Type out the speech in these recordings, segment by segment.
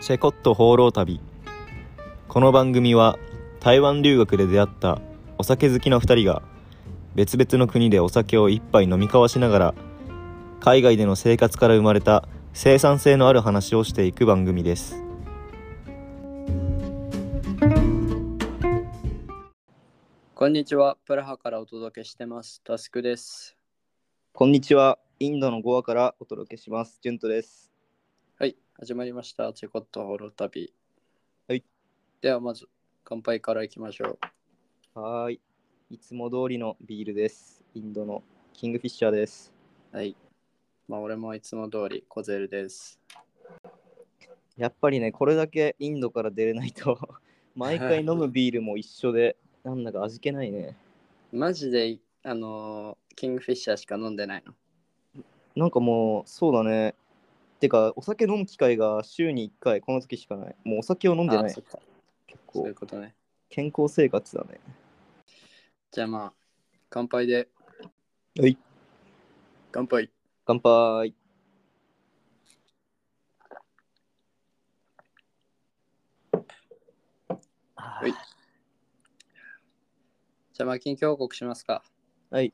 チェコット放浪旅この番組は台湾留学で出会ったお酒好きの2人が別々の国でお酒を一杯飲み交わしながら海外での生活から生まれた生産性のある話をしていく番組ですこんにちは。プラハからお届けしてます。タスクです。こんにちはインドのゴアからお届けしますジュントですはい、始まりました。チェコットホロ旅。はい。ではまず、乾杯からいきましょう。はーいいつも通りのビールですインドのキングフィッシャーですはい。まあ、俺もいつも通り、コゼルです。やっぱりね、これだけインドから出れない と、毎回飲むビールも一緒で、なんだか味気ないね。マジで、あのーキングフィッシャーしか飲んでないの。なんかもう、そうだね。てか、お酒飲む機会が週に1回、この時しかない。もうお酒を飲んであない。そっ結かそう構いう、ことね。健康生活だね。じゃあまあ、乾杯で。はい。乾杯。乾杯。いじゃあまあ、近況報告しますか。はい。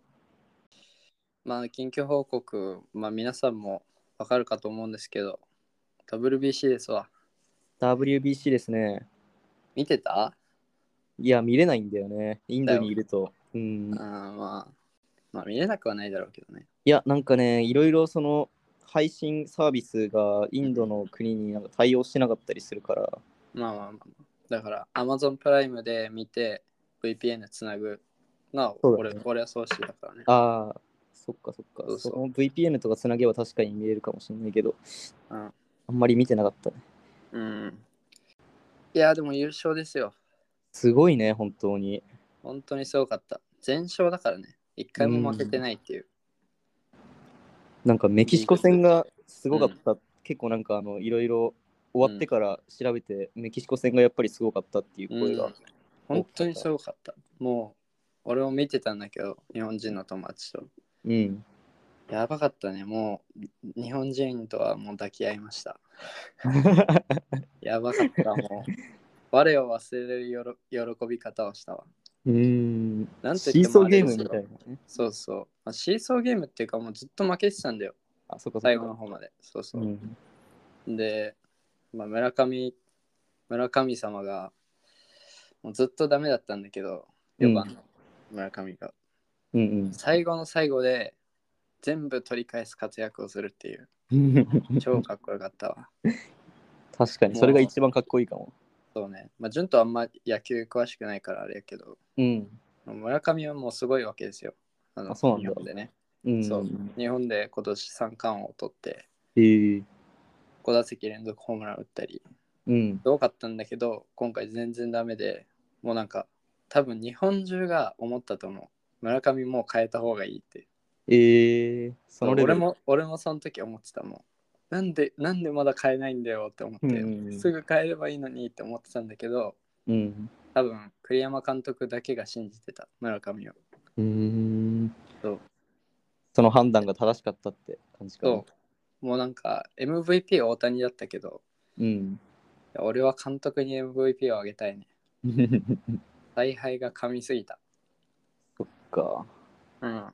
まあ、近況報告、まあ、皆さんもわかるかと思うんですけど、WBC ですわ。 WBC ですね。見てたいや、見れないんだよね。インドだによいると。うんあ。ーまあ、まあ見れなくはないだろうけどね。いや、なんかね、いろいろその配信サービスがインドの国になんか対応してなかったりするから、まあまあまあまあ。だから、Amazon プライムで見て、VPN つなぐのはそうだ俺,、ね俺はそうしてたからね。ああ、そっかそっか。そうそうその VPN とかつなげば確かに見れるかもしれないけど、うんあんまり見てなかったね。うん。いや、でも優勝ですよ。すごいね、本当に。本当にすごかった。全勝だからね。一回も負けてないっていう。なんかメキシコ戦がすごかった。結構なんかあの、いろいろ終わってから調べて、メキシコ戦がやっぱりすごかったっていう声が。うん本当にすごかった。もう、俺も見てたんだけど、日本人の友達と。うん。やばかったね。もう、日本人とはもう抱き合いました。や ばかった、もう。我を忘れるよろ喜び方をしたわ。うーん。なんシとー言ってソもーあゲれームですみよたいなね。そうそう。まあ、シーソーゲームっていうか、もうずっと負けてたんだよ。あ、そっかそっか。最後の方まで。そうそうう。ん。で、まあ、村上、村神様が、もうずっとダメだったんだけど、4番の村上が。うん最後の最後で、全部取り返す活躍をするっていう、うん。超かっこよかったわ。確かに、それが一番かっこいいかも。そうね。まあ、順とあんま野球詳しくないからあれやけど、うん。村上はもうすごいわけですよ。あのあそうなんだ日本でね。うん。そう日本で今年三冠王を取って、えー5打席連続ホームラン打ったり、うん。すごかったんだけど、今回全然ダメで、もうなんか、多分日本中が思ったと思う。村上もう変えた方がいいって。えー、そのレベル俺も、俺もその時思ってたもん。なんで、なんでまだ変えないんだよって思って、うんうんすぐ変えればいいのにって思ってたんだけど、うん。多分栗山監督だけが信じてた、村上を。うーんそうその判断が正しかったって感じかな。そう。もうなんか MVP 大谷だったけど、う。ん。いや俺は監督に MVP をあげたいね。采配が噛みすぎた。か。うん。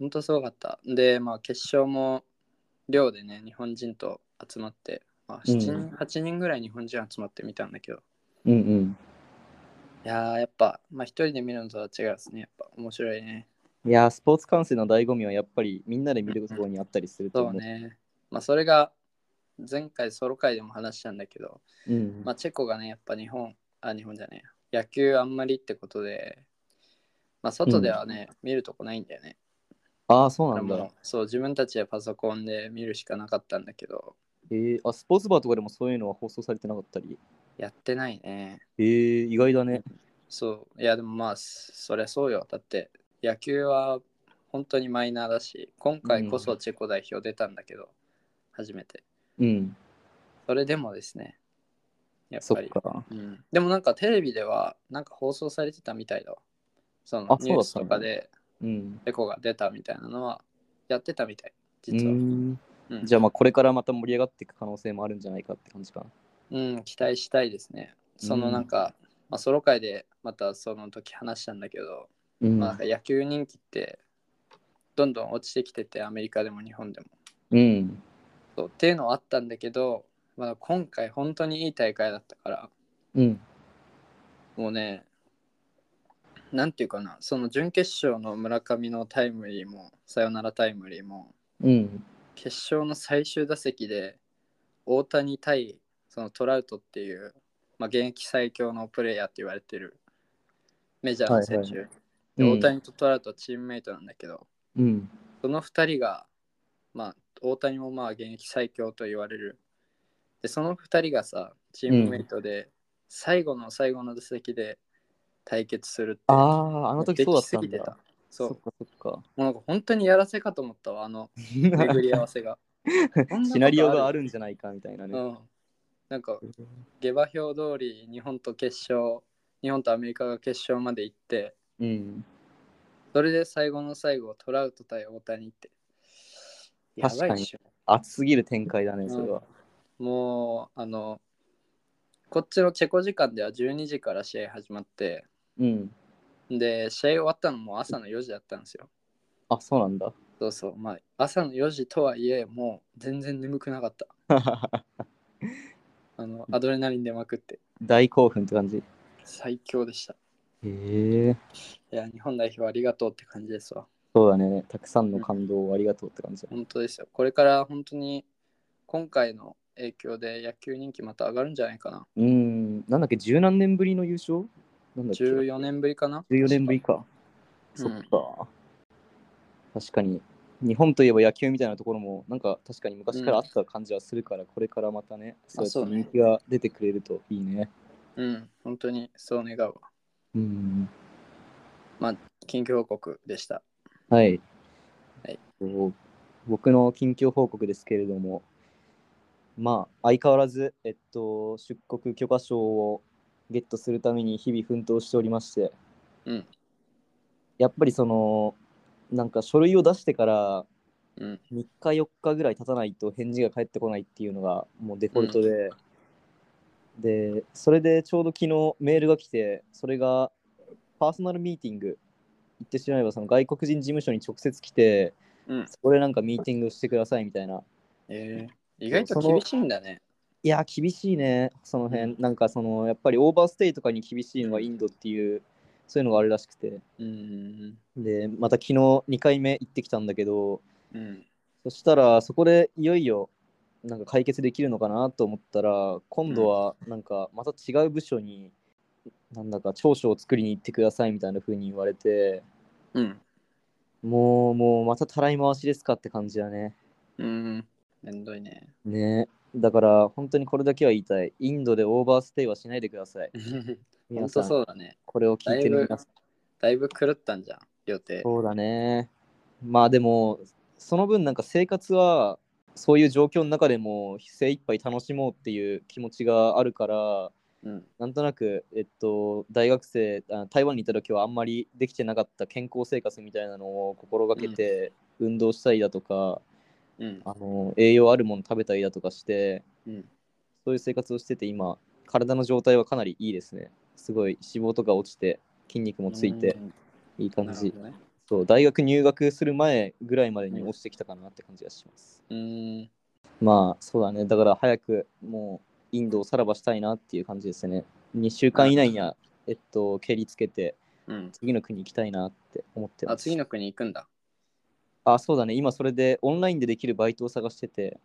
ほんとすごかった。で、まあ決勝も寮でね、日本人と集まって、まあ、7人、うん8人ぐらい日本人集まってみたんだけど、うんうんいやーやっぱ、まあ一人で見るのとは違うですね。やっぱ面白いね。。いやー、スポーツ観戦の醍醐味はやっぱりみんなで見ることにあったりするとそ思うう。ね。まあそれが前回ソロ会でも話したんだけど、うんまあ、チェコがね、やっぱ日本、あ、日本じゃねえや、野球あんまりってことで、まあ、外ではね、見るとこないんだよね。ああ、そうなんだからだも。うそう、自分たちでパソコンで見るしかなかったんだけど、えー、あスポーツバーとかでもそういうのは放送されてなかったり。やってないね。えー、意外だね。そう、いや、でもまあ、そそりゃそうよ。だって、野球は本当にマイナーだし、今回こそチェコ代表出たんだけど、初めて。うん。それでもですね、やっそぱっり。か。うん、でもなんかテレビでは、なんか放送されてたみたいだわ。そのあニュースそうだったとんだかで、うん。エコが出たみたいなのはやってたみたい、う実は。ーんうんじゃあまあこれからまた盛り上がっていく可能性もあるんじゃないかって感じかな。うん、期待したいですね。そのなんか、まあ、ソロ会でまたその時話したんだけど、うんまあ、野球人気ってどんどん落ちてきててアメリカでも日本でも。うんそうっていうのはあったんだけど、まあ、今回本当にいい大会だったからうんもうねなんていうかなその準決勝の村上のタイムリーもサヨナラタイムリーもうん決勝の最終打席で大谷対そのトラウトっていう、まあ、現役最強のプレイヤーって言われてるメジャーの選手、で大谷とトラウトはチームメイトなんだけど、うんその2人が、まあ、大谷もまあ現役最強と言われる。で、その2人がさ、チームメイトで、最後の最後の打席で対決するって。あああの時そうだったでんきすぎてだた。そう。そっもかそっかうなんか本当にやらせかと思ったわ、あの 巡り合わせが。こんなことシナリオがあるんじゃないかみたいなね、うん。なんか、下馬評通り、日本と決勝、日本とアメリカが決勝まで行って、うん、それで最後の最後、トラウト対大谷って。やばいっしょ。熱すぎる展開だねそれは、もうあのこっちのチェコ時間では12時から試合始まってうん、で試合終わったのも朝の4時だったんですよあそうなんだ そうそうまあ朝の4時とはいえもう全然眠くなかったあのアドレナリン出まくって大興奮って感じへ最強でしたえいや日本代表ありがとうって感じですわそうだねたくさんの感動をありがとうって感じだ本当ですよこれから本当に今回の影響で野球人気また上がるんじゃないかなうんなんだっけ十何年ぶりの優勝なんだっけ14年ぶりかな14年ぶりか、うんそっか確かに日本といえば野球みたいなところもなんか確かに昔からあった感じはするから、これからまたねそうやってそうね人気が出てくれるといいねうん本当にそう願うわうん近況報告でしたはい、はいそう僕の近況報告ですけれどもまあ相変わらず、えっと、出国許可証をゲットするために日々奮闘しておりまして、うんやっぱりそのなんか書類を出してからうん3日4日ぐらい経たないと返事が返ってこないっていうのがもうデフォルトで、でそれでちょうど昨日メールが来てそれがパーソナルミーティング言ってしまえばその外国人事務所に直接来てうんそこでなんかミーティングしてくださいみたいなえー、意外と厳しいんだね。いや厳しいねその辺、なんかそのやっぱりオーバーステイとかに厳しいのはインドっていうそういうのがあるらしくてうん。でまた昨日2回目行ってきたんだけどうん。そしたらそこでいよいよなんか解決できるのかなと思ったら今度はなんかまた違う部署になんだか長所を作りに行ってくださいみたいな風に言われてうん。もうもうまたたらい回しですかって感じだねうん。めんどいね。ねだから本当にこれだけは言いたいインドでオーバーステイはしないでくださいほ 皆んさとんそうだね。これを聞いてる皆さんだいぶ狂ったんじゃん、予定。そうだねまあでもその分なんか生活はそういう状況の中でも精一杯楽しもうっていう気持ちがあるからうん。なんとなく、えっと、大学生あ台湾にいた時はあんまりできてなかった健康生活みたいなのを心がけて、運動したりだとかうん。あの栄養あるもの食べたりだとかしてうん。そういう生活をしてて今体の状態はかなりいいですねすごい脂肪とか落ちて筋肉もついてうんいい感じ、なるほどねそう大学入学する前ぐらいまでに落ちてきたかなって感じがします、うん。まあそうだねだから早くもうインドをさらばしたいなっていう感じですね2週間以内にはえっと蹴りつけてうん。次の国行きたいなって思ってあ、ます次の国行くんだ。あそうだね今それでオンラインでできるバイトを探してて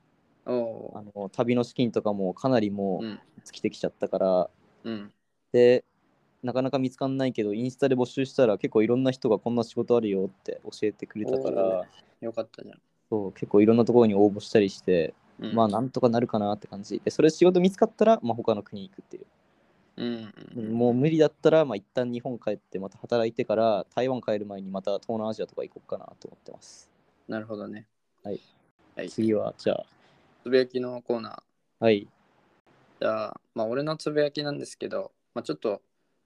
おあお。の旅の資金とかもかなりもうんう尽きてきちゃったから、うん。でなかなか見つかんないけどインスタで募集したら結構いろんな人がこんな仕事あるよって教えてくれたかおーらよかったじゃん。そう結構いろんなところに応募したりしてうん、まあなんとかなるかなって感じでそれ仕事見つかったら、まあ、他の国行くっていううん。うん。もう無理だったら、まあ、一旦日本帰ってまた働いてから台湾帰る前にまた東南アジアとか行こうかなと思ってますなるほどね。はい。はい。つ次はじゃあぶやきのコーナー。はいじゃあ、まあ、俺のつぶやきなんですけど、まあ、ちょっと、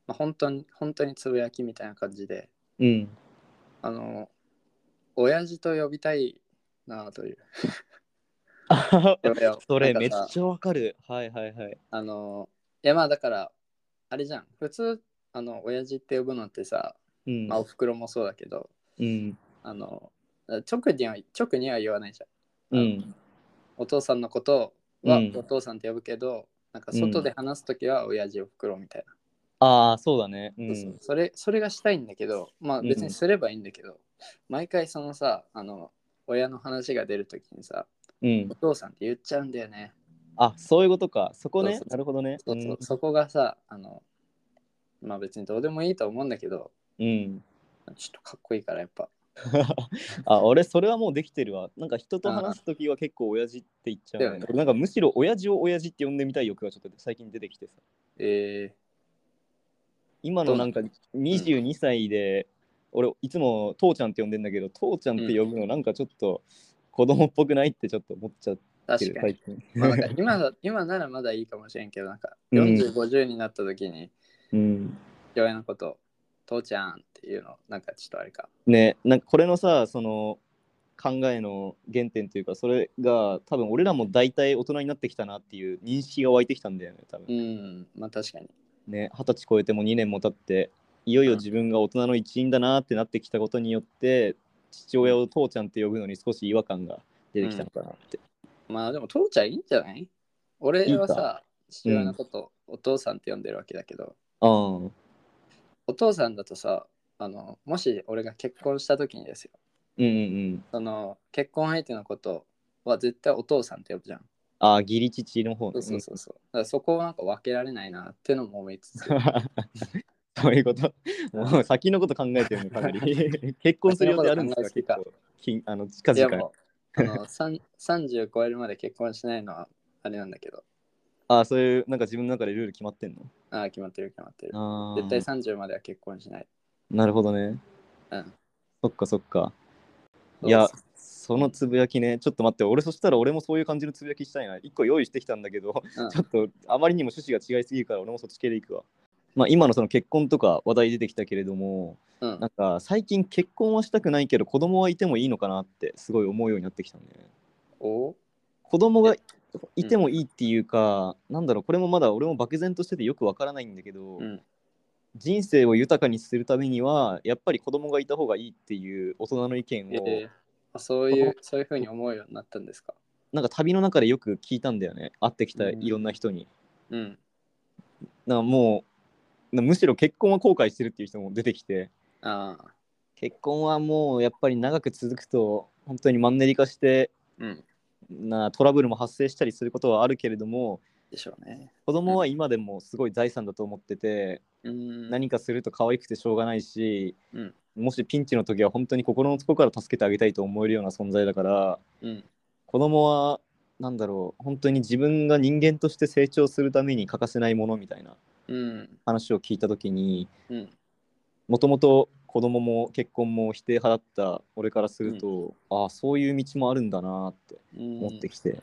まあ、本当に、本当につぶやきみたいな感じで、うんあの、親父と呼びたいなあという。俺は それなめんっかさちゃわかる。はいはいはい。あのいやまあだからあれじゃん普通あの親父って呼ぶのってさ、うん。まあ、おふくろもそうだけどうん。あの直には直には言わないじゃんうん。お父さんのことはうんお父さんって呼ぶけど、なんか外で話すときは親父おふくろみたいな、ああ、そうだね。う。そうんそれそれがしたいんだけどまあ別にすればいいんだけど、毎回そのさあの親の話が出るときにさうんお。父さんって言っちゃうんだよね、あ、そういうことか。そこそうねそ。うなるほどね。そうそんそこがさあのまあ別にどうでもいいと思うんだけどうん。ちょっとかっこいいからやっぱあ、俺、それはもうできてるわ。なんか人と話すときは結構親父って言っちゃうだよね、ね俺なんかむしろ親父を親父って呼んでみたい欲がちょっと最近出てきてさ。え今のなんか22歳で、俺いつも父ちゃんって呼んでんだけど父ちゃんって呼ぶのなんかちょっと子供っぽくないってちょっと思っちゃっー、確てるかに最近まあなんか今だ 今ならまだいいかもしれんけどなんかうん4050になった時にうん父親のこと父ちゃんっていうのなんかちょっとあれかねなんかこれのさその考えの原点というかそれが多分俺らも大体大人になってきたなっていう認識が湧いてきたんだよね多う分んまあ確かにね二十歳超えても2年も経っていよいようん自分が大人の一員だなってなってきたことによって父親を父ちゃんって呼ぶのに少し違和感が出てきたのかなって、まあでも父ちゃんいいんじゃない俺はいいさ父親のことお父さんって呼んでるわけだけど、うん、お父さんだとさあのもし俺が結婚した時にですようんうんうん。その結婚相手のことは絶対お父さんって呼ぶじゃんあー、義理父の方そね。うそうそうそうだからそこをなんか分けられないなってのも思い つつそういうこと。もう先のこと考えてるのかな り。結婚する予定あるんですか先結のこ構。近あの近いや々。もうあのさん30超えるまで結婚しないのはあれなんだけどあーそういう、なんか自分の中でルール決まってんのああ決まってる決まってるあ絶対ー30までは結婚しないなるほどね。うんそっかそっか。いやそう、そのつぶやきね、ちょっと待って、俺そしたら俺もそういう感じのつぶやきしたいな。一個用意してきたんだけど、うんちょっとあまりにも趣旨が違いすぎるから俺もそっち系でいくわ。まあ今のその結婚とか話題出てきたけれども、うんなんか最近結婚はしたくないけど子供はいてもいいのかなってすごい思うようになってきたね。お子供がいてもいいっていうか、なんだろうこれもまだ俺も漠然としててよくわからないんだけど、うん人生を豊かにするためにはやっぱり子供がいた方がいいっていう大人の意見を、えーあそういうそういうふうに思うようになったんですかなんか旅の中でよく聞いたんだよね会ってきたうんいろんな人に。うんなんかもうなむしろ結婚は後悔してるっていう人も出てきてああ結婚はもうやっぱり長く続くと本当にマンネリ化してうんなトラブルも発生したりすることはあるけれどもでしょうね子供は今でもすごい財産だと思ってて、うん何かすると可愛くてしょうがないし、うんもしピンチの時は本当に心の底から助けてあげたいと思えるような存在だからうん子供はなんだろう本当に自分が人間として成長するために欠かせないものみたいなうん話を聞いた時にうんもともと子供も結婚も否定派だった俺からすると、ああそういう道もあるんだなってうん思ってきて、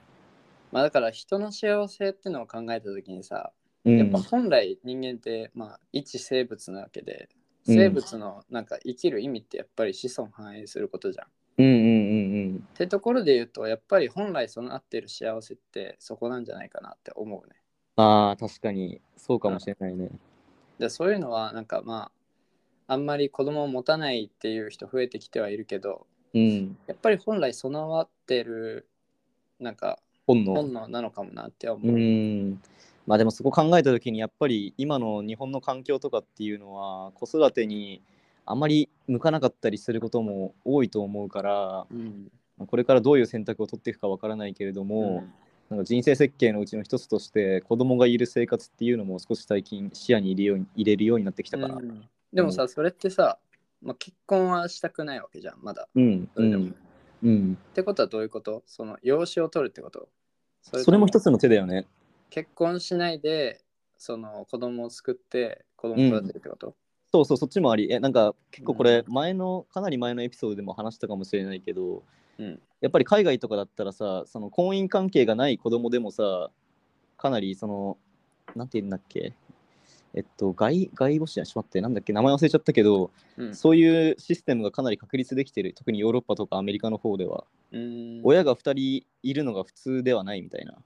まあだから人の幸せってのを考えた時にさ、うんやっぱ本来人間ってまあ一生物なわけでうん生物のなんか生きる意味ってやっぱり子孫繁栄することじゃん。っうんうんうんてところで言うとやっぱり本来その合ってる幸せってそこなんじゃないかなって思ううね。んああ確かにそうかもしれないね、でそういうのはなんかまああんまり子供を持たないっていう人増えてきてはいるけどうん、やっぱり本来備わってるなんか本能本能なのかもなって思うう。んまあでもそこ考えた時にやっぱり今の日本の環境とかっていうのは子育てにあまり向かなかったりすることも多いと思うからうんこれからどういう選択を取っていくかわからないけれども、なんか人生設計のうちの一つとして子供がいる生活っていうのも少し最近視野に入れよう入れるようになってきたかな。ううんんでもさ、それってさ、まあ、結婚はしたくないわけじゃんまだ。うんそれでもうん、ってことはどういうことその養子を取るってことそそれも一つつの手だよね。結婚しないでその子供を作って子供を育てるってこと、そうそうそっちもありえなんか結構これ前の、かなり前のエピソードでも話したかもしれないけど、うんやっぱり海外とかだったらさその婚姻関係がない子供でもさかなりそのなんて言うんだっけえっと、外外部視じゃしまって、なんだっけ、名前忘れちゃったけど、うんそういうシステムがかなり確立できてる、特にヨーロッパとかアメリカの方では、うん親が2人いるのが普通ではないみたいな、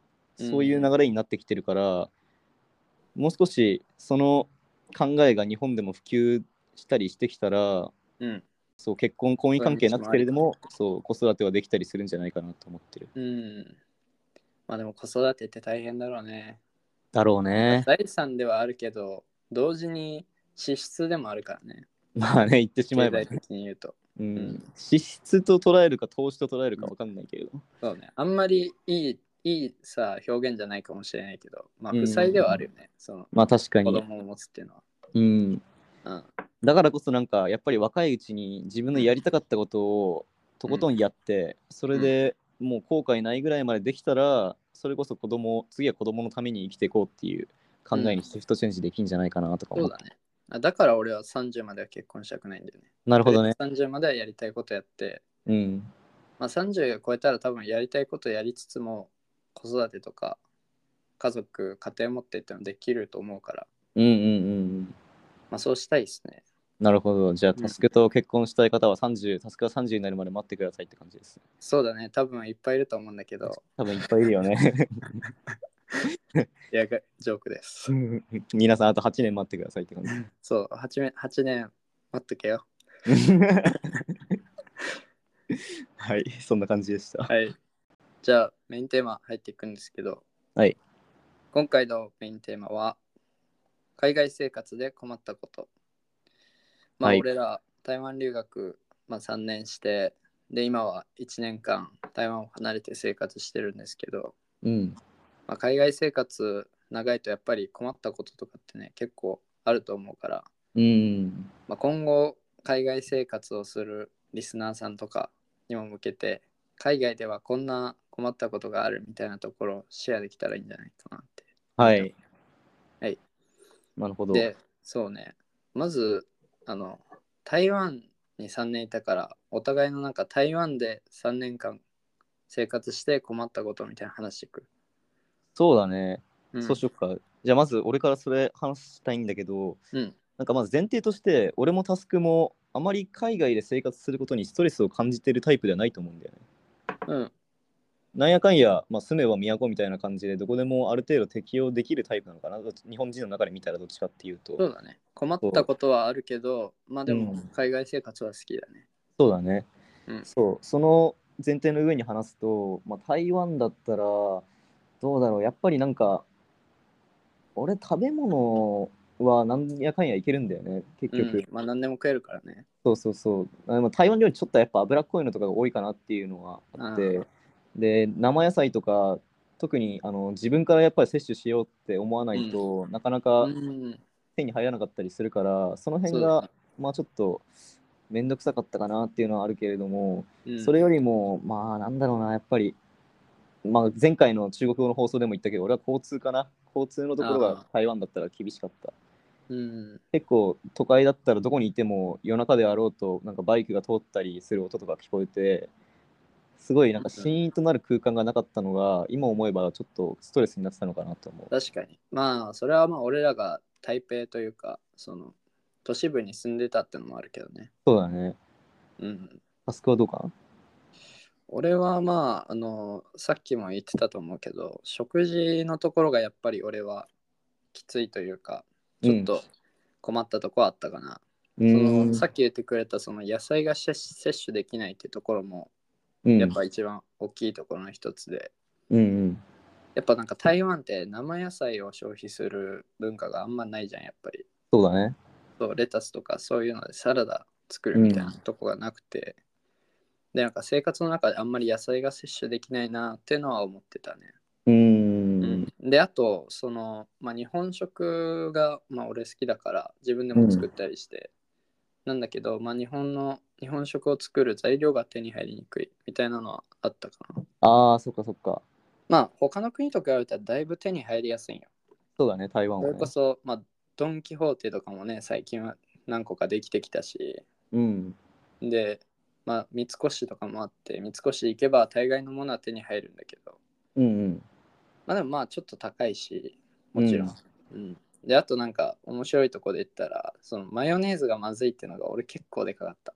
うんそういう流れになってきてるから、もう少しその考えが日本でも普及したりしてきたら、うんそう結婚、婚姻関係なくてれども、そう子育てはできたりするんじゃないかなと思ってる。うんまあでも子育てって大変だろうねだろうね。財産ではあるけど同時に支出でもあるからね まあね、言ってしまえば、経済的に言うとうん、支出と捉えるか投資と捉えるか分かんないけれど、そうねあんまりいいいいさ表現じゃないかもしれないけどまあうん負債ではあるよね、そのまあ確か子に、供を持つっていうのはうん、うんだからこそなんかやっぱり若いうちに自分のやりたかったことをとことんやって、それでもう後悔ないぐらいまでできたらそれこそ子供次は子供のために生きていこうっていう考えにシフトチェンジできんじゃないかなとかそ思うう、だねあだから俺は30までは結婚したくないんだよねなるほどね30まではやりたいことやってうんまあ、30超えたら多分やりたいことやりつつも子育てとか家族家庭持ってってのできると思うから、うんうんうんまあ、そうしたいですねなるほどじゃあうんタスクと結婚したい方は30タスクが30になるまで待ってくださいって感じですそうだね多分いっぱいいると思うんだけど多分いっぱいいるよ ねいやがジョークです皆さんあと8年待ってください って感じそう 8, め8年待っとけよはい、そんな感じで した。はいじゃあメインテーマ入っていくんですけどはい今回のメインテーマは海外生活で困ったことまあ、はい俺ら台湾留学、まあ、3年してで今は1年間台湾を離れて生活してるんですけど、うん、まあ、海外生活長いとやっぱり困ったこととかってね結構あると思うから、うん、まあ、今後海外生活をするリスナーさんとかにも向けて海外ではこんな困ったことがあるみたいなところをシェアできたらいいんじゃないかなって。はい。はい。なるほど。でそうねまずあの台湾に3年いたからお互いのなんか台湾で3年間生活して困ったことみたいな話していく、そうだね。うん、そうしよっか。じゃあまず俺からそれ話したいんだけど、うんなんかまず前提として、俺もタスクもあまり海外で生活することにストレスを感じてるタイプではないと思うんだよね。うんなんやかんや、まあ、住めば都みたいな感じで、どこでもある程度適用できるタイプなのかな。日本人の中で見たらどっちかっていうと。そうだね困ったことはあるけどまあでもうん海外生活は好きだねそうだね。うんそう、その前提の上に話すと、まあ、台湾だったら、どうだろう、やっぱりなんか、俺、食べ物はなんやかんやいけるんだよね、結う局。ん、まあ何でも食えるからねそうそうそう。あでも台湾料理、ちょっとやっぱ脂っこいのとかが多いかなっていうのはあって、で、生野菜とか、特にあの自分からやっぱり摂取しようって思わないと、なかなかうん手に入らなかったりするから、そのそ辺うだが、まあちょっと、面倒くさかったかなっていうのはあるけれども、ねうんそれよりも、まあ、なんだろうな、やっぱり、まあ、前回の中国語の放送でも言ったけど、俺は交通かな。交通のところあがー台湾だったら厳しかった。うん結構、都会だったらどこにいても夜中であろうと、なんかバイクが通ったりする音とか聞こえて、すごいなんかうんうんシーンとなる空間がなかったのが、今思えばちょっとストレスになってたのかなと思う。確かにまあそれはまあ俺らが台北というかその都市部に住んでたってのもあるけどねそうだね。うんタスクはどうかな俺はまああのさっきも言ってたと思うけど食事のところがやっぱり俺はきついというかちょっと困ったとこあったかな、うそのんさっき言ってくれたその野菜が摂摂取できないっていうところもうんやっぱ一番大きいところの一つで、うんうん。やっぱなんか台湾って生野菜を消費する文化があんまないじゃんやっぱりそうだね。そうレタスとかそういうのでサラダ作るみたいなとこがなくて、でなんか生活の中であんまり野菜が摂取できないなっていうのは思ってたね、うん。であとその、まあ、日本食が、まあ、俺好きだから自分でも作ったりして、なんだけど、まあ、日本の日本食を作る材料が手に入りにくいみたいなのはあったかなああ、そっかそっか。まあ他の国と比べたらだいぶ手に入りやすいんよそうだね、台湾そは、れねこ。そ、まあ、ドン・キホーテとかもね最近は何個かできてきたしうん。で、まあ、三越とかもあって三越行けば大概のものは手に入るんだけどうんうん。まあでもまあちょっと高いしもちろん、うんうんで、あとなんか面白いとこで言ったら、そのマヨネーズがまずいっていうのが俺結構でかかった。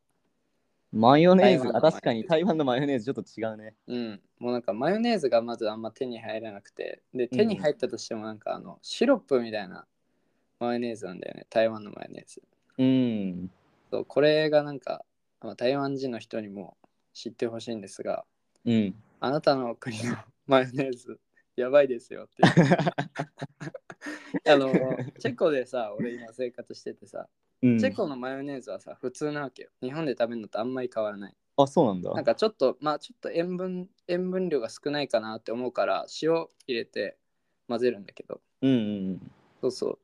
マヨネーズ台湾のマヨネーズあ確かに台湾のマヨネーズちょっと違うねうん。もうなんかマヨネーズがまずあんま手に入らなくて、で、うん手に入ったとしてもなんかあの、シロップみたいなマヨネーズなんだよね。台湾のマヨネーズ。うんそうこれがなんか、まあ、台湾人の人にも知ってほしいんですが、うんあなたの国の マヨネーズ、やばいですよ っていう。あの、チェコでさ、俺今生活しててさ、 うんチェコのマヨネーズはさ、普通なわけよ。日本で食べるのとあんまり変わらない。あそうなんだなんかちょっと、まあちょっと塩分、塩分量が少ないかなって思うから、塩入れて混ぜるんだけど、うんうんそうそう。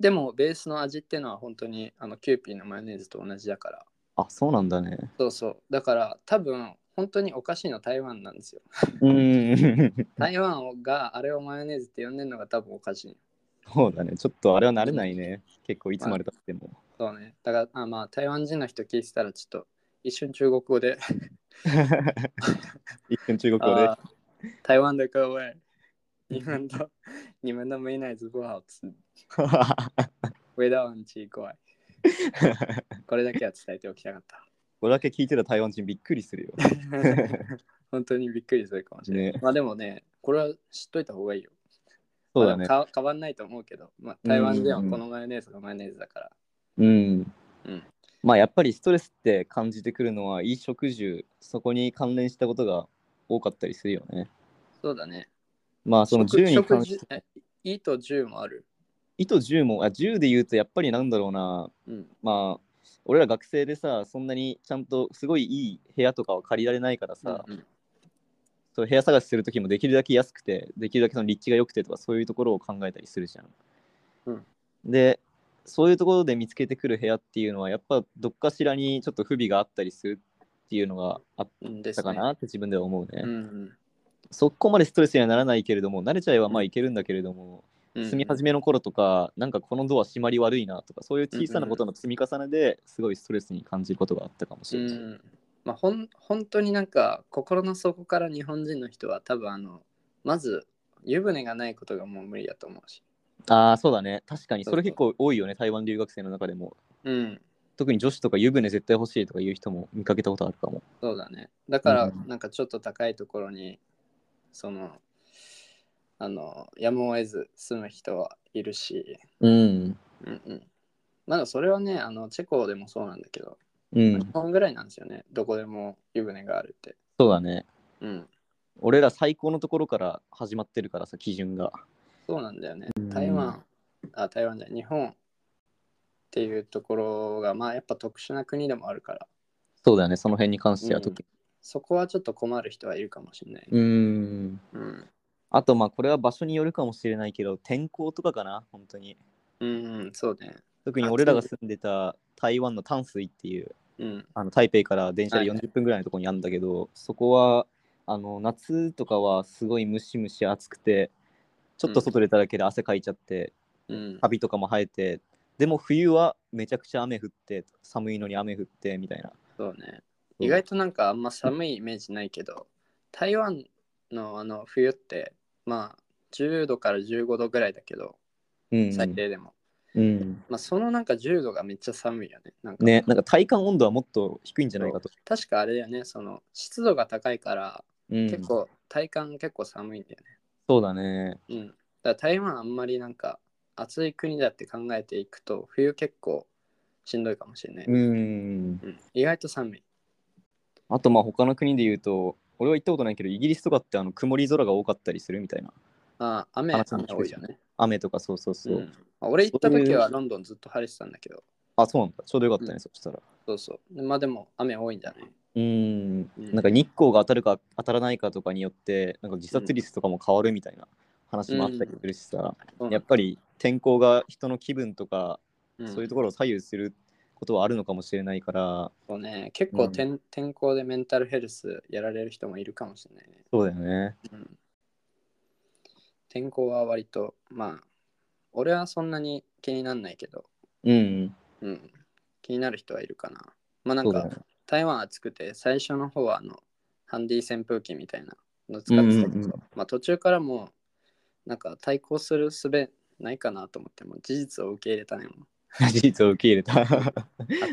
でも、ベースの味っていうのは本当にあのキューピーのマヨネーズと同じだから、あそうなんだねそうそう。だから多分、本当におかしいのは台湾なんですよ。うん台湾をがあれをマヨネーズって呼んでるのが多分おかしい。 そうだねちょっとあれは慣れないね結構いつまでたって もそうね。だから、あまあ、台湾人の人聞いてたら、ちょっと一瞬中国語で、一瞬中国語であー台湾で各位、日本的你们的美奶子不好吃，味道很奇怪。これだけは伝えておきた かった。 これだけ聞いてた台湾人びっくりするよ本当にびっくりするかもしれない。ねまあでもね、これは知っといた方がいいよ。そうだねまあか変わんないと思うけど、まあ、台湾ではこのマヨネーズがマヨネーズだから。うんうんまあやっぱりストレスって感じてくるのは衣食住そこに関連したことが多かったりするよねそうだね。まあその食10に関し食事てえいいと10もある。意図10もあ10で言うとやっぱりなんだろうなうん。まあ俺ら学生でさそんなにちゃんとすごいいい部屋とかは借りられないからさ、うんうんそう部屋探しする時もできるだけ安くてできるだけその立地が良くてとかそういうところを考えたりするじゃん。うんでそういうところで見つけてくる部屋っていうのはやっぱどっかしらにちょっと不備があったりするっていうのがあっうんでたすかね。なって自分では思うね。うんそこまでストレスにはならないけれども慣れちゃえばまあいけるんだけれども、うん、住み始めの頃とか、なんかこのドア閉まり悪いなとか、そういう小さなことの積み重ねですごいストレスに感じることがあったかもしうれない。んまあ、ほん本当になんか心の底から日本人の人は多分あのまず湯船がないことがもう無理だと思うし、ああ、そうだね。確かに、そそうれそう結構多いよね、台湾留学生の中でも。うん、特に女子とか湯船絶対欲しいとかいう人も見かけたことあるかも。そうだねだからうんなんかちょっと高いところにそのあのやむを得ず住む人はいるし、うん。うんうん、まだそれはねあのチェコでもそうなんだけど、う日ん。本ぐらいなんですよねどこでも湯船があるって、そうだね。うん、俺ら最高のところから始まってるからさ、基準が。そうなんだよねうん。台湾、あ、台湾じゃない、日本っていうところが、まあやっぱ特殊な国でもあるから、そうだよね、その辺に関しては特に。そこはちょっと困る人はいるかもしれない。うん。うん。あと、まあ、これは場所によるかもしれないけど、天候とかかな、本当に。うん、そうね。特に俺らが住んでた台湾の淡水っていううん。あの台北から電車ではいはい40分ぐらいのところにあるんだけど、そこはあの夏とかはすごいムシムシ暑くてちょっと外出ただけで汗かいちゃって、うんカ。ビとかも生えてでも冬はめちゃくちゃ雨降って寒いのに雨降ってみたいなそうね。意外となんかあんま寒いイメージないけど、台湾のあの冬って、まあ10度から15度ぐらいだけど、うん最低でも。うんまあそのなんか10度がめっちゃ寒いよね。なんかねなんか体感温度はもっと低いんじゃないかと、確かあれだよね、その湿度が高いから、うん結構体感結構寒いんだよそうだねね。うん。だから台湾あんまりなんか暑い国だって考えていくと冬結構しんどいかもしれない。うんうん意外と寒い。あとまあ他の国で言うと俺は行ったことないけどイギリスとかってあの曇り空が多かったりするみたいなああ雨あ雨多いよね。雨とかそうそうそう、うんまあ俺行った時はロンドンずっと晴れてたんだけど、あそうなんだちょうどよかったね、うんそしたらそうそう。でまあでも雨多いんじゃないうんうんなんか日光が当たるか当たらないかとかによってなんか自殺率とかも変わるみたいな話もあったりするしさ、うんやっぱり天候が人の気分とか、うんそういうところを左右することはあるのかもしれないからそうね、結構天,、天候でメンタルヘルスやられる人もいるかもしれないね。そうだよねうん天候は割とまあ俺はそんなに気になんないけど、うんうん、気になる人はいるかな。まあなそんうだかよね台湾暑くて最初の方はあのハンディ扇風機みたいなの使ってうたけど、んうんうんまあ途中からもうなんか対抗する術ないかなと思ってもう事実を受け入れたねも事実を受け入れたう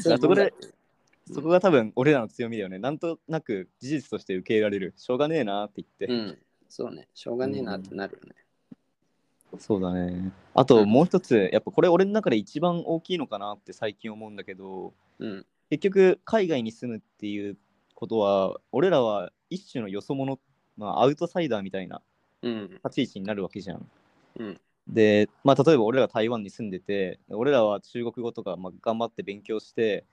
そこでうんそこが多分俺らの強みだよねなんとなく事実として受け入れられるしょうがねえなって言うって、んそうねしょうがねえなってなるよね、そうだねあともう一つやっぱこれ俺の中で一番大きいのかなって最近思うんだけどうん、結局海外に住むっていうことは俺らは一種のよそ者、まあ、アウトサイダーみたいなうん、立ち位置になるわけじゃん。うんで、まあ、例えば俺らが台湾に住んでて俺らは中国語とか、まあ、頑張って勉強して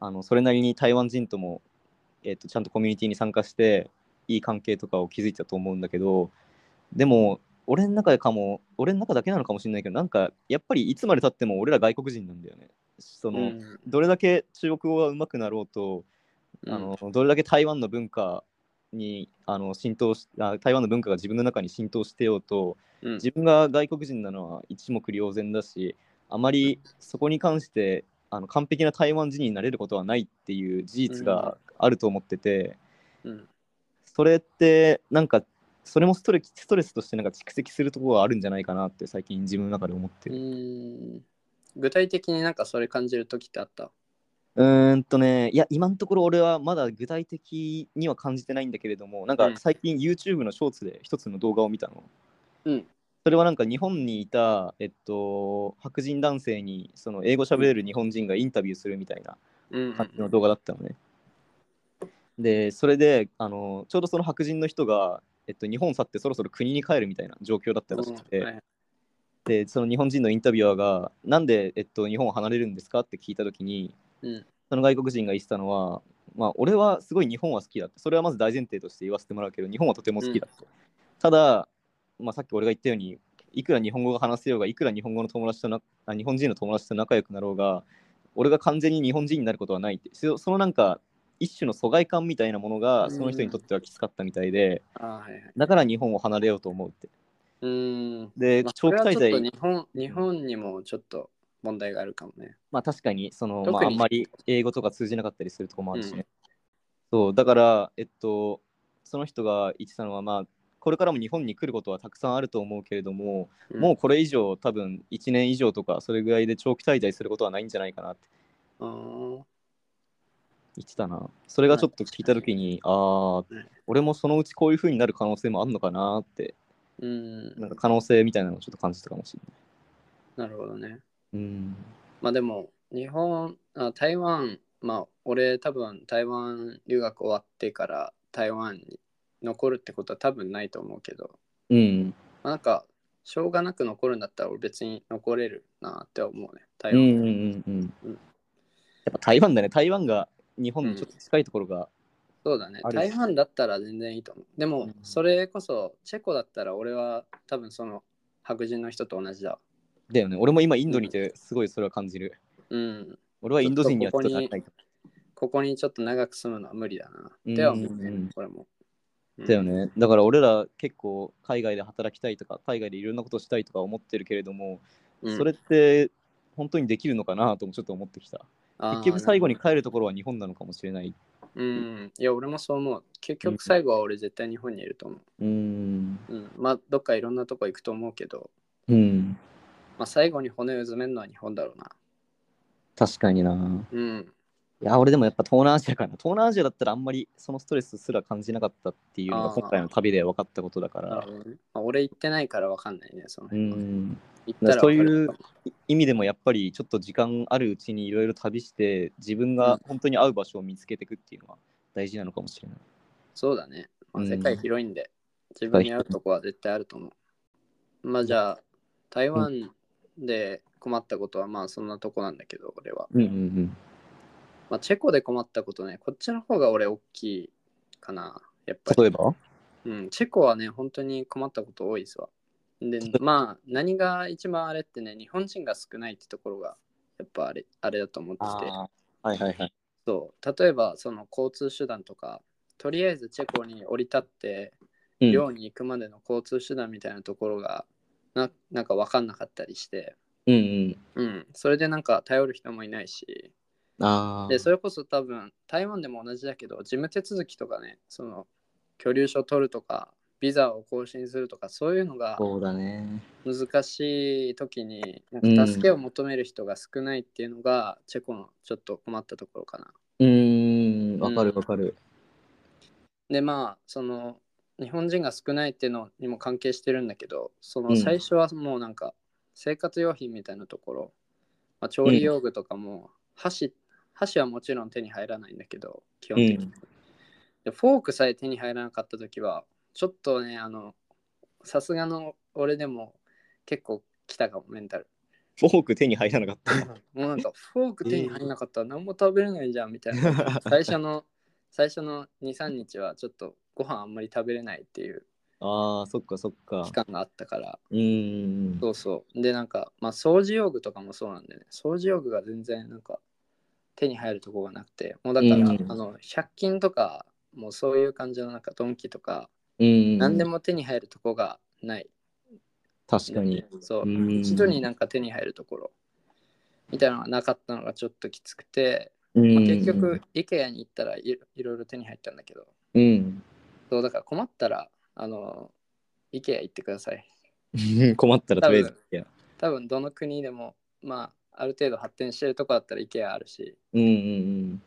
あのそれなりに台湾人とも、えっとちゃんとコミュニティに参加していい関係とかを築いたと思うんだけどでも俺の中でかも俺の中だけなのかもしれないけどなんかやっぱりいつまでたっても俺ら外国人なんだよね。その、うんどれだけ中国語が上手くなろうと、あのどれだけ台湾の文化にあの浸透しあ台湾の文化が自分の中に浸透してようとうん自分が外国人なのは一目瞭然だしあまりそこに関してあの完璧な台湾人になれることはないっていう事実があると思ってて、うんそれってなんかそれもストレストレスとしてなんか蓄積するところがあるんじゃないかなって最近自分の中で思ってうる。ん具体的になんかそれ感じる時ってあったうーんとね、いや、今のところ俺はまだ具体的には感じてないんだけれども、なんかうん最近 YouTube のショーツで一つの動画を見たの。うんそれはなんか日本にいた、えっと、白人男性にその英語喋れる日本人がインタビューするみたいなうん感じの動画だったのね。で、それであの、ちょうどその白人の人が、えっと、日本去ってそろそろ国に帰るみたいな状況だったらしくて、うんはいでその日本人のインタビュアーが「なんで、えっと、日本を離れるんですか?」って聞いた時に、うんその外国人が言ってたのは「まあ、俺はすごい日本は好きだ」ってそれはまず大前提として言わせてもらうけど日本はとても好きだって、ただ、まあ、さっき俺が言ったようにいくら日本語が話せようがいくら日本語の友達となあ日本人の友達と仲良くなろうが俺が完全に日本人になることはないってそそのなんか一種の疎外感みたいなものがその人にとってはきつかったみたいで、あーはいはいだから日本を離れようと思うってうんで、まあ長期それは滞ちょっと在日本日本にもちょっと問題があるかもねまあ確かにその、特にまあ、あんまり英語とか通じなかったりするとこもあるしうね。そうだから、えっと、その人が言ってたのは、まあ、これからも日本に来ることはたくさんあると思うけれども、もうこれ以上多分1年以上とかそれぐらいで長期滞在することはないんじゃないかなってうんあー言ってたな。それがちょっと聞いた時に、ああうん、俺もそのうちこういう風になる可能性もあるのかなって、うんなんか可能性みたいなのをちょっと感じたかもしれない。なるほどねうん。まあでも日本あ台湾まあ俺多分台湾留学終わってから台湾に残るってことは多分ないと思うけど、うん。まあ、なんかしょうがなく残るんだったら俺別に残れるなって思うね台うん湾、うんうんうんうんやっぱ台湾だね。台湾が日本にちょっと近いところが、そうだねある台湾だったら全然いいと思うでもうんそれこそチェコだったら俺は多分その白人の人と同じだだよね。俺も今インドにいてすごいそれは感じる。うん俺はインド人にはちょっとなりたい。ここにちょっと長く住むのは無理だなうんっては思うね、うんこれもだよね。だから俺ら結構海外で働きたいとか、海外でいろんなことしたいとか思ってるけれども、うんそれって本当にできるのかなともちょっと思ってきた。あー結局最後に帰るところは日本なのかもしれない。うん、いや俺もそう思う。結局最後は俺絶対日本にいると思うーん。う。うん、まあどっかいろんなとこ行くと思うけど、うん。まあ最後に骨をうずめるのは日本だろうな。確かにな。うん、いや、俺でもやっぱ東南アジアかな。東南アジアだったらあんまりそのストレスすら感じなかったっていうのがあー今回の旅で分かったことだかなるらほ。どね。まあ、俺行ってないからわかんないね、そのう辺は。ん。行ったらわかるかもい意味でもやっぱりちょっと時間あるうちにいろいろ旅して自分が本当に合う場所を見つけていくっていうのは大事なのかもしれない。そうだね。まあ、うん世界広いんで、自分に合うとこは絶対あると思う。まあじゃあ、台湾で困ったことはまあそんなとこなんだけど、俺は。うんうんまあチェコで困ったことね、こっちの方が俺大きいかな。やっぱり例えばうん、チェコはね、本当に困ったこと多いですわ。で、まあ、何が一番あれってね、日本人が少ないってところが、やっぱあれあれだと思ってて、はいはいはい。そう、例えば、その交通手段とか、とりあえずチェコに降り立って、うん寮に行くまでの交通手段みたいなところが、ななんか分かんなかったりして、うんうん、それでなんか頼る人もいないし、うん。ああ。で、それこそ多分、台湾でも同じだけど、事務手続きとかね、その、居留所取るとか、ビザを更新するとかそういうのがそうだね。難しい時になんか助けを求める人が少ないっていうのが、チェコのちょっと困ったところかな。うーん、わかるわかる。でまあその日本人が少ないっていうのにも関係してるんだけどそうのん最初はもうなんか生活用品みたいなところ、まあ、調理用具とかも箸箸はもちろん手に入らないんだけど基本的に、うんでフォークさえ手に入らなかった時はちょっとねあのさすがの俺でも結構来たかもメンタルフォーク手に入らなか った。もうなんかフォーク手に入らなかったら何も食べれないじゃんみたいな最初の最初の23日はちょっとご飯あんまり食べれないっていうああ、そっかそっか期。間があったからうーん。そうそうでなんかまあ掃除用具とかもそうなんだよね掃除用具が全然なんか手に入るとこがなくてもうだから、うんあの100均とかもうそういう感じのなんかドンキとか、うん。何でも手に入るとこがない確かに。そう、うん一度になんか手に入るところみたいなのがなかったのがちょっときつくて、ままあ、結局、IKEA に行ったらいいろいろ手に入ったんだけどうん。 そうだから困ったらあの IKEA 行ってください困ったらとりあえず。いや多分どの国でもまあある程度発展してるとこだったら IKEA あるしうんうんうん。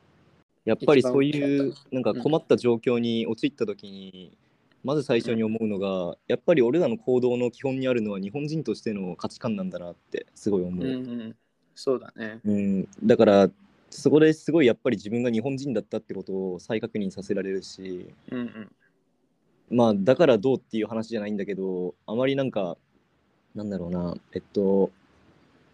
やっぱりそういうなんか困った状況に陥った時に、まず最初に思うのがやっぱり俺らの行動の基本にあるのは日本人としての価値観なんだなってすごい思うう。んうんそうだねうん、だからそこですごいやっぱり自分が日本人だったってことを再確認させられるしうん うんまあだからどうっていう話じゃないんだけどあまりなんかなんだろうなえっと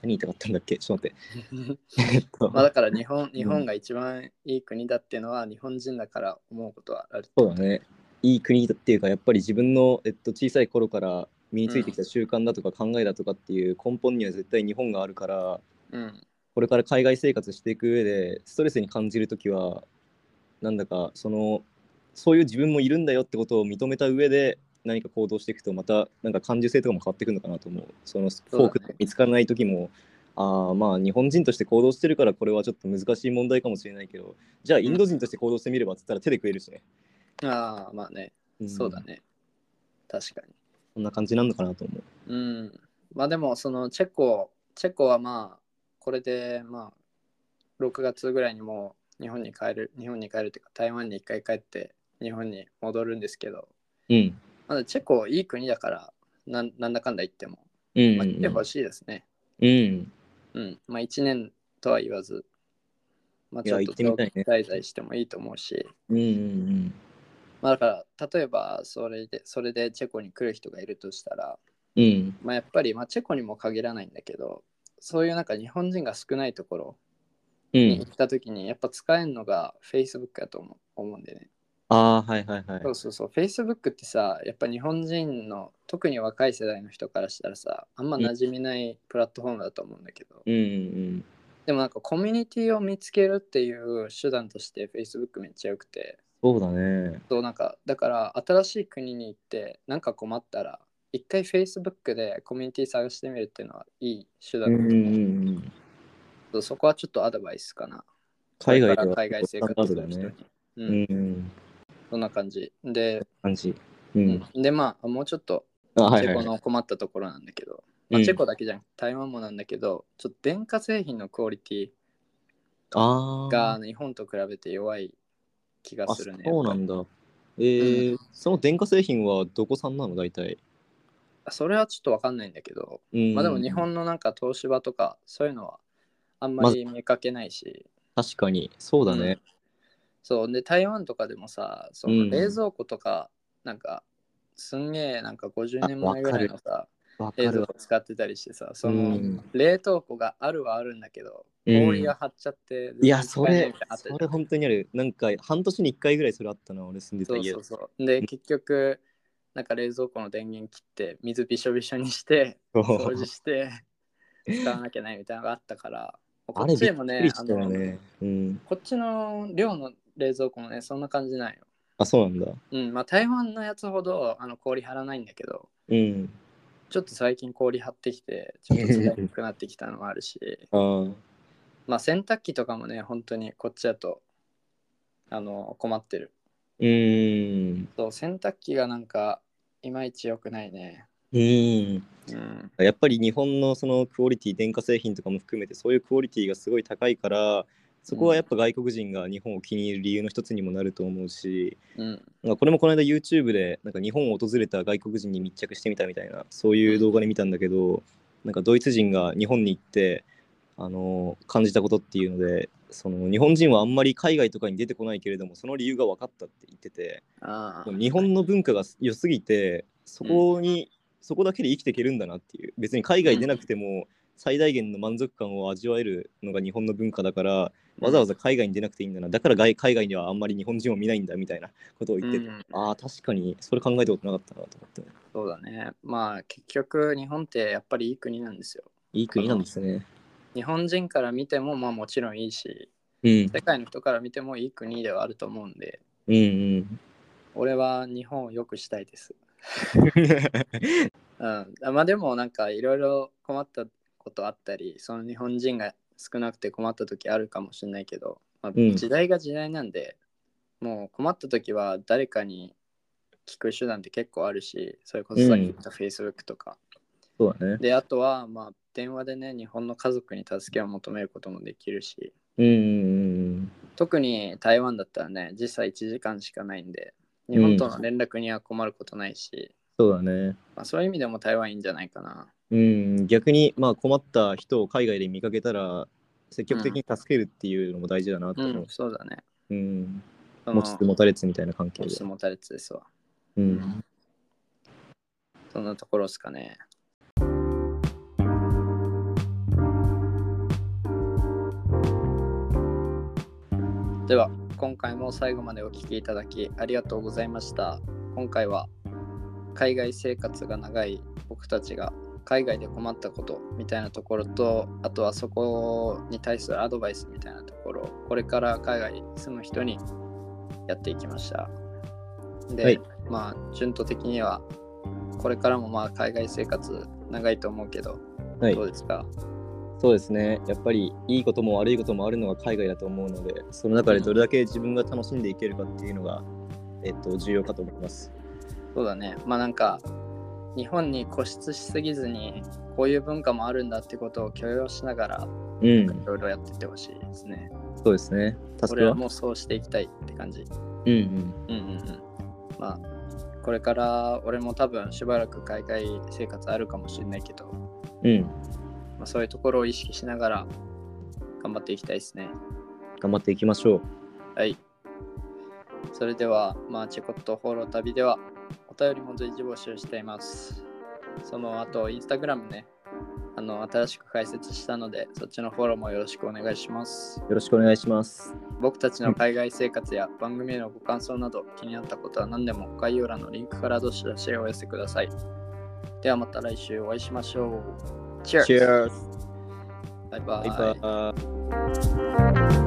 何言いたかったんだっけちょっと待って。え っとまあだから日本日本が一番いい国だっていうのは日本人だから思うことはあるそうだねいい国だっていうかやっぱり自分の、えっと、小さい頃から身についてきた習慣だとか考えだとかっていう根本には絶対日本があるからうんこれから海外生活していく上でストレスに感じるときはなんだかそのそういう自分もいるんだよってことを認めた上で何か行動していくとまたなんか感受性とかも変わってくるのかなと思うそのフだねォークが見つからない時も、ああまあ日本人として行動してるからこれはちょっと難しい問題かもしれないけどじゃあインド人として行動してみればっつったら手で食えるしね、ああまあねんそうだね確かにこんな感じなんのかなと思う。うんまあでもそのチェコチェコはまあこれでまあ6月ぐらいにもう日本に帰る日本に帰るっていうか台湾に一回帰って日本に戻るんですけどうん。まだチェコいい国だからなんなんだかんだ言っても、うんまあ、来てほしいですね。うん。うん。まあ1年とは言わず、まあいちやょっと行長ってみた期いね滞在してもいいと思うし、うんうんまあだから例えばそれでそれでチェコに来る人がいるとしたら、うん。うん。まあやっぱりまあチェコにも限らないんだけど、そういうなんか日本人が少ないところうに行ん。った時にやっぱ使えるのが Facebook やと思う思うんでね。ああ、はいはいはいそう。そうそう、Facebook ってさ、やっぱ日本人の、特に若い世代の人からしたらさ、あんま馴染みないプラットフォームだと思うんだけど、うんうんうん。でもなんかコミュニティを見つけるっていう手段として Facebook めっちゃ良くて、そうだね。そうなんか、だから新しい国に行って、なんか困ったら、一回 Facebook でコミュニティ探してみるっていうのはいい手う段んだとうんう思う、ん。そうそこはちょっとアドバイスかな。海外こでれはから海外ス生タン活ダすードだる人に。ね。うう、んんうん。そんな感じ。で、感じ。うん。うんで、まあ、もうちょっとあ、はいチはェコい。の困ったところなんだけど、うまあ、んチェコだけじゃん、台湾もなんだけど、ちょっと電化製品のクオリティあがあ。日本と比べて弱い気があ、するね。そうなんだ。えー、その電化製品はどこ産なの大体。それはちょっとわかんないんだけど、うん。まあでも日本のなんか東芝とかそういうのはあんまり見かけないし、確かに。そうだね。そうで台湾とかでもさ、そうのん冷蔵庫とかなんかすんげえなんか50年前ぐらいのさ、わか冷る蔵わ庫。使ってたりしてさ、そうのん冷凍庫があるはあるんだけど、うん氷が張っちゃって、いや、そ全然れ使えないみたいなのあったじゃんそれ本当にある。なんか半年に一回ぐらいそれあったな、俺住んでたそう家そうそう。で、結局、なんか冷蔵庫の電源切って、水びしょびしょ にして、掃除して、使わなきゃないみたいなのがあったから、こ あっれちびでっもくねりしたよね。うんあ。のこっちの量の冷蔵庫もね、そんな感じないよ。あ、そうなんだ。うん、まあ台湾のやつほどあの氷張らないんだけど、うん。ちょっと最近氷張ってきて、ちょっと使いにくくなってきたのもあるし、あーまあ洗濯機とかもね、本当にこっちだと、あの、困ってる。うーん。そう洗濯機がなんかいまいち良くないね。うんうん。やっぱり日本のそのクオリティ電化製品とかも含めてそういうクオリティがすごい高いからそこはやっぱ外国人が日本を気に入る理由の一つにもなると思うし、うん。まあこれもこの間 YouTube でなんか日本を訪れた外国人に密着してみたみたいなそういう動画で見たんだけどなんかドイツ人が日本に行ってあの感じたことっていうのでその日本人はあんまり海外とかに出てこないけれどもその理由が分かったって言っててああ。日本の文化が良すぎてそこに、そこだけで生きていけるんだなっていう別に海外出なくても最大限の満足感を味わえるのが日本の文化だからわざわざ海外に出なくていいんだなだから外海外にはあんまり日本人を見ないんだみたいなことを言ってて、うんああ確かにそれ考えたことなかったなと思ってそうだね。まあ結局日本ってやっぱりいい国なんですよ。いい国なんですね日本人から見てもまあもちろんいいし、うん世界の人から見てもいい国ではあると思うんで、うんうん俺は日本を良くしたいです。 うん、あまあでもなんかいろいろ困ったことあったりその日本人が少なくて困った時あるかもしれないけど、まあ、うん時代が時代なんで、もう困った時は誰かに聞く手段って結構あるしそれこそさっき言った Facebook とか、そうだねであとはまあ電話でね日本の家族に助けを求めることもできるしうんうん特に台湾だったらね実際1時間しかないんで日本との連絡には困ることないし、そうだねまあ、そういう意味でも台湾いいんじゃないかな。うん逆にまあ困った人を海外で見かけたら積極的に助けるっていうのも大事だなとう思う、ん、そうだね。うん、その持ちつ持たれつみたいな関係持でち。つ持たれつですわ。うん、そんなところですかね。では、今回も最後までお聞きいただきありがとうございました。今回は海外生活が長い僕たちが海外で困ったことみたいなところと、あとはそこに対するアドバイスみたいなところを、これから海外に住む人にやっていきました。で、はいまあ、順当的にはこれからもまあ海外生活長いと思うけど、はいど、うですかそうですね。やっぱりいいことも悪いこともあるのが海外だと思うので、その中でどれだけ自分が楽しんでいけるかっていうのが、えっと、重要かと思います。そうだね。まあなんか日本に固執しすぎずにこういう文化もあるんだってことを許容しながらういん、ろいろやってってほしいですね。そうですね。タスク俺らは。もそうしていきたいって感じ。うんうん。うんうんうん。まあこれから俺も多分しばらく海外生活あるかもしれないけど、うん、まあ、そういうところを意識しながら頑張っていきたいですね。頑張っていきましょう。はい。それでは、まあ、チェコットフォロー旅では、お便りも随時募集しています。その後、インスタグラムね、あの、新しく開設したので、そっちのフォローもよろしくお願いします。よろしくお願いします。僕たちの海外生活や番組へのご感想など、気になったことは何でも概要欄のリンクからどしどしお寄せください。ではまた来週お会いしましょう。チェア Cheers! バイババイイ。バイ。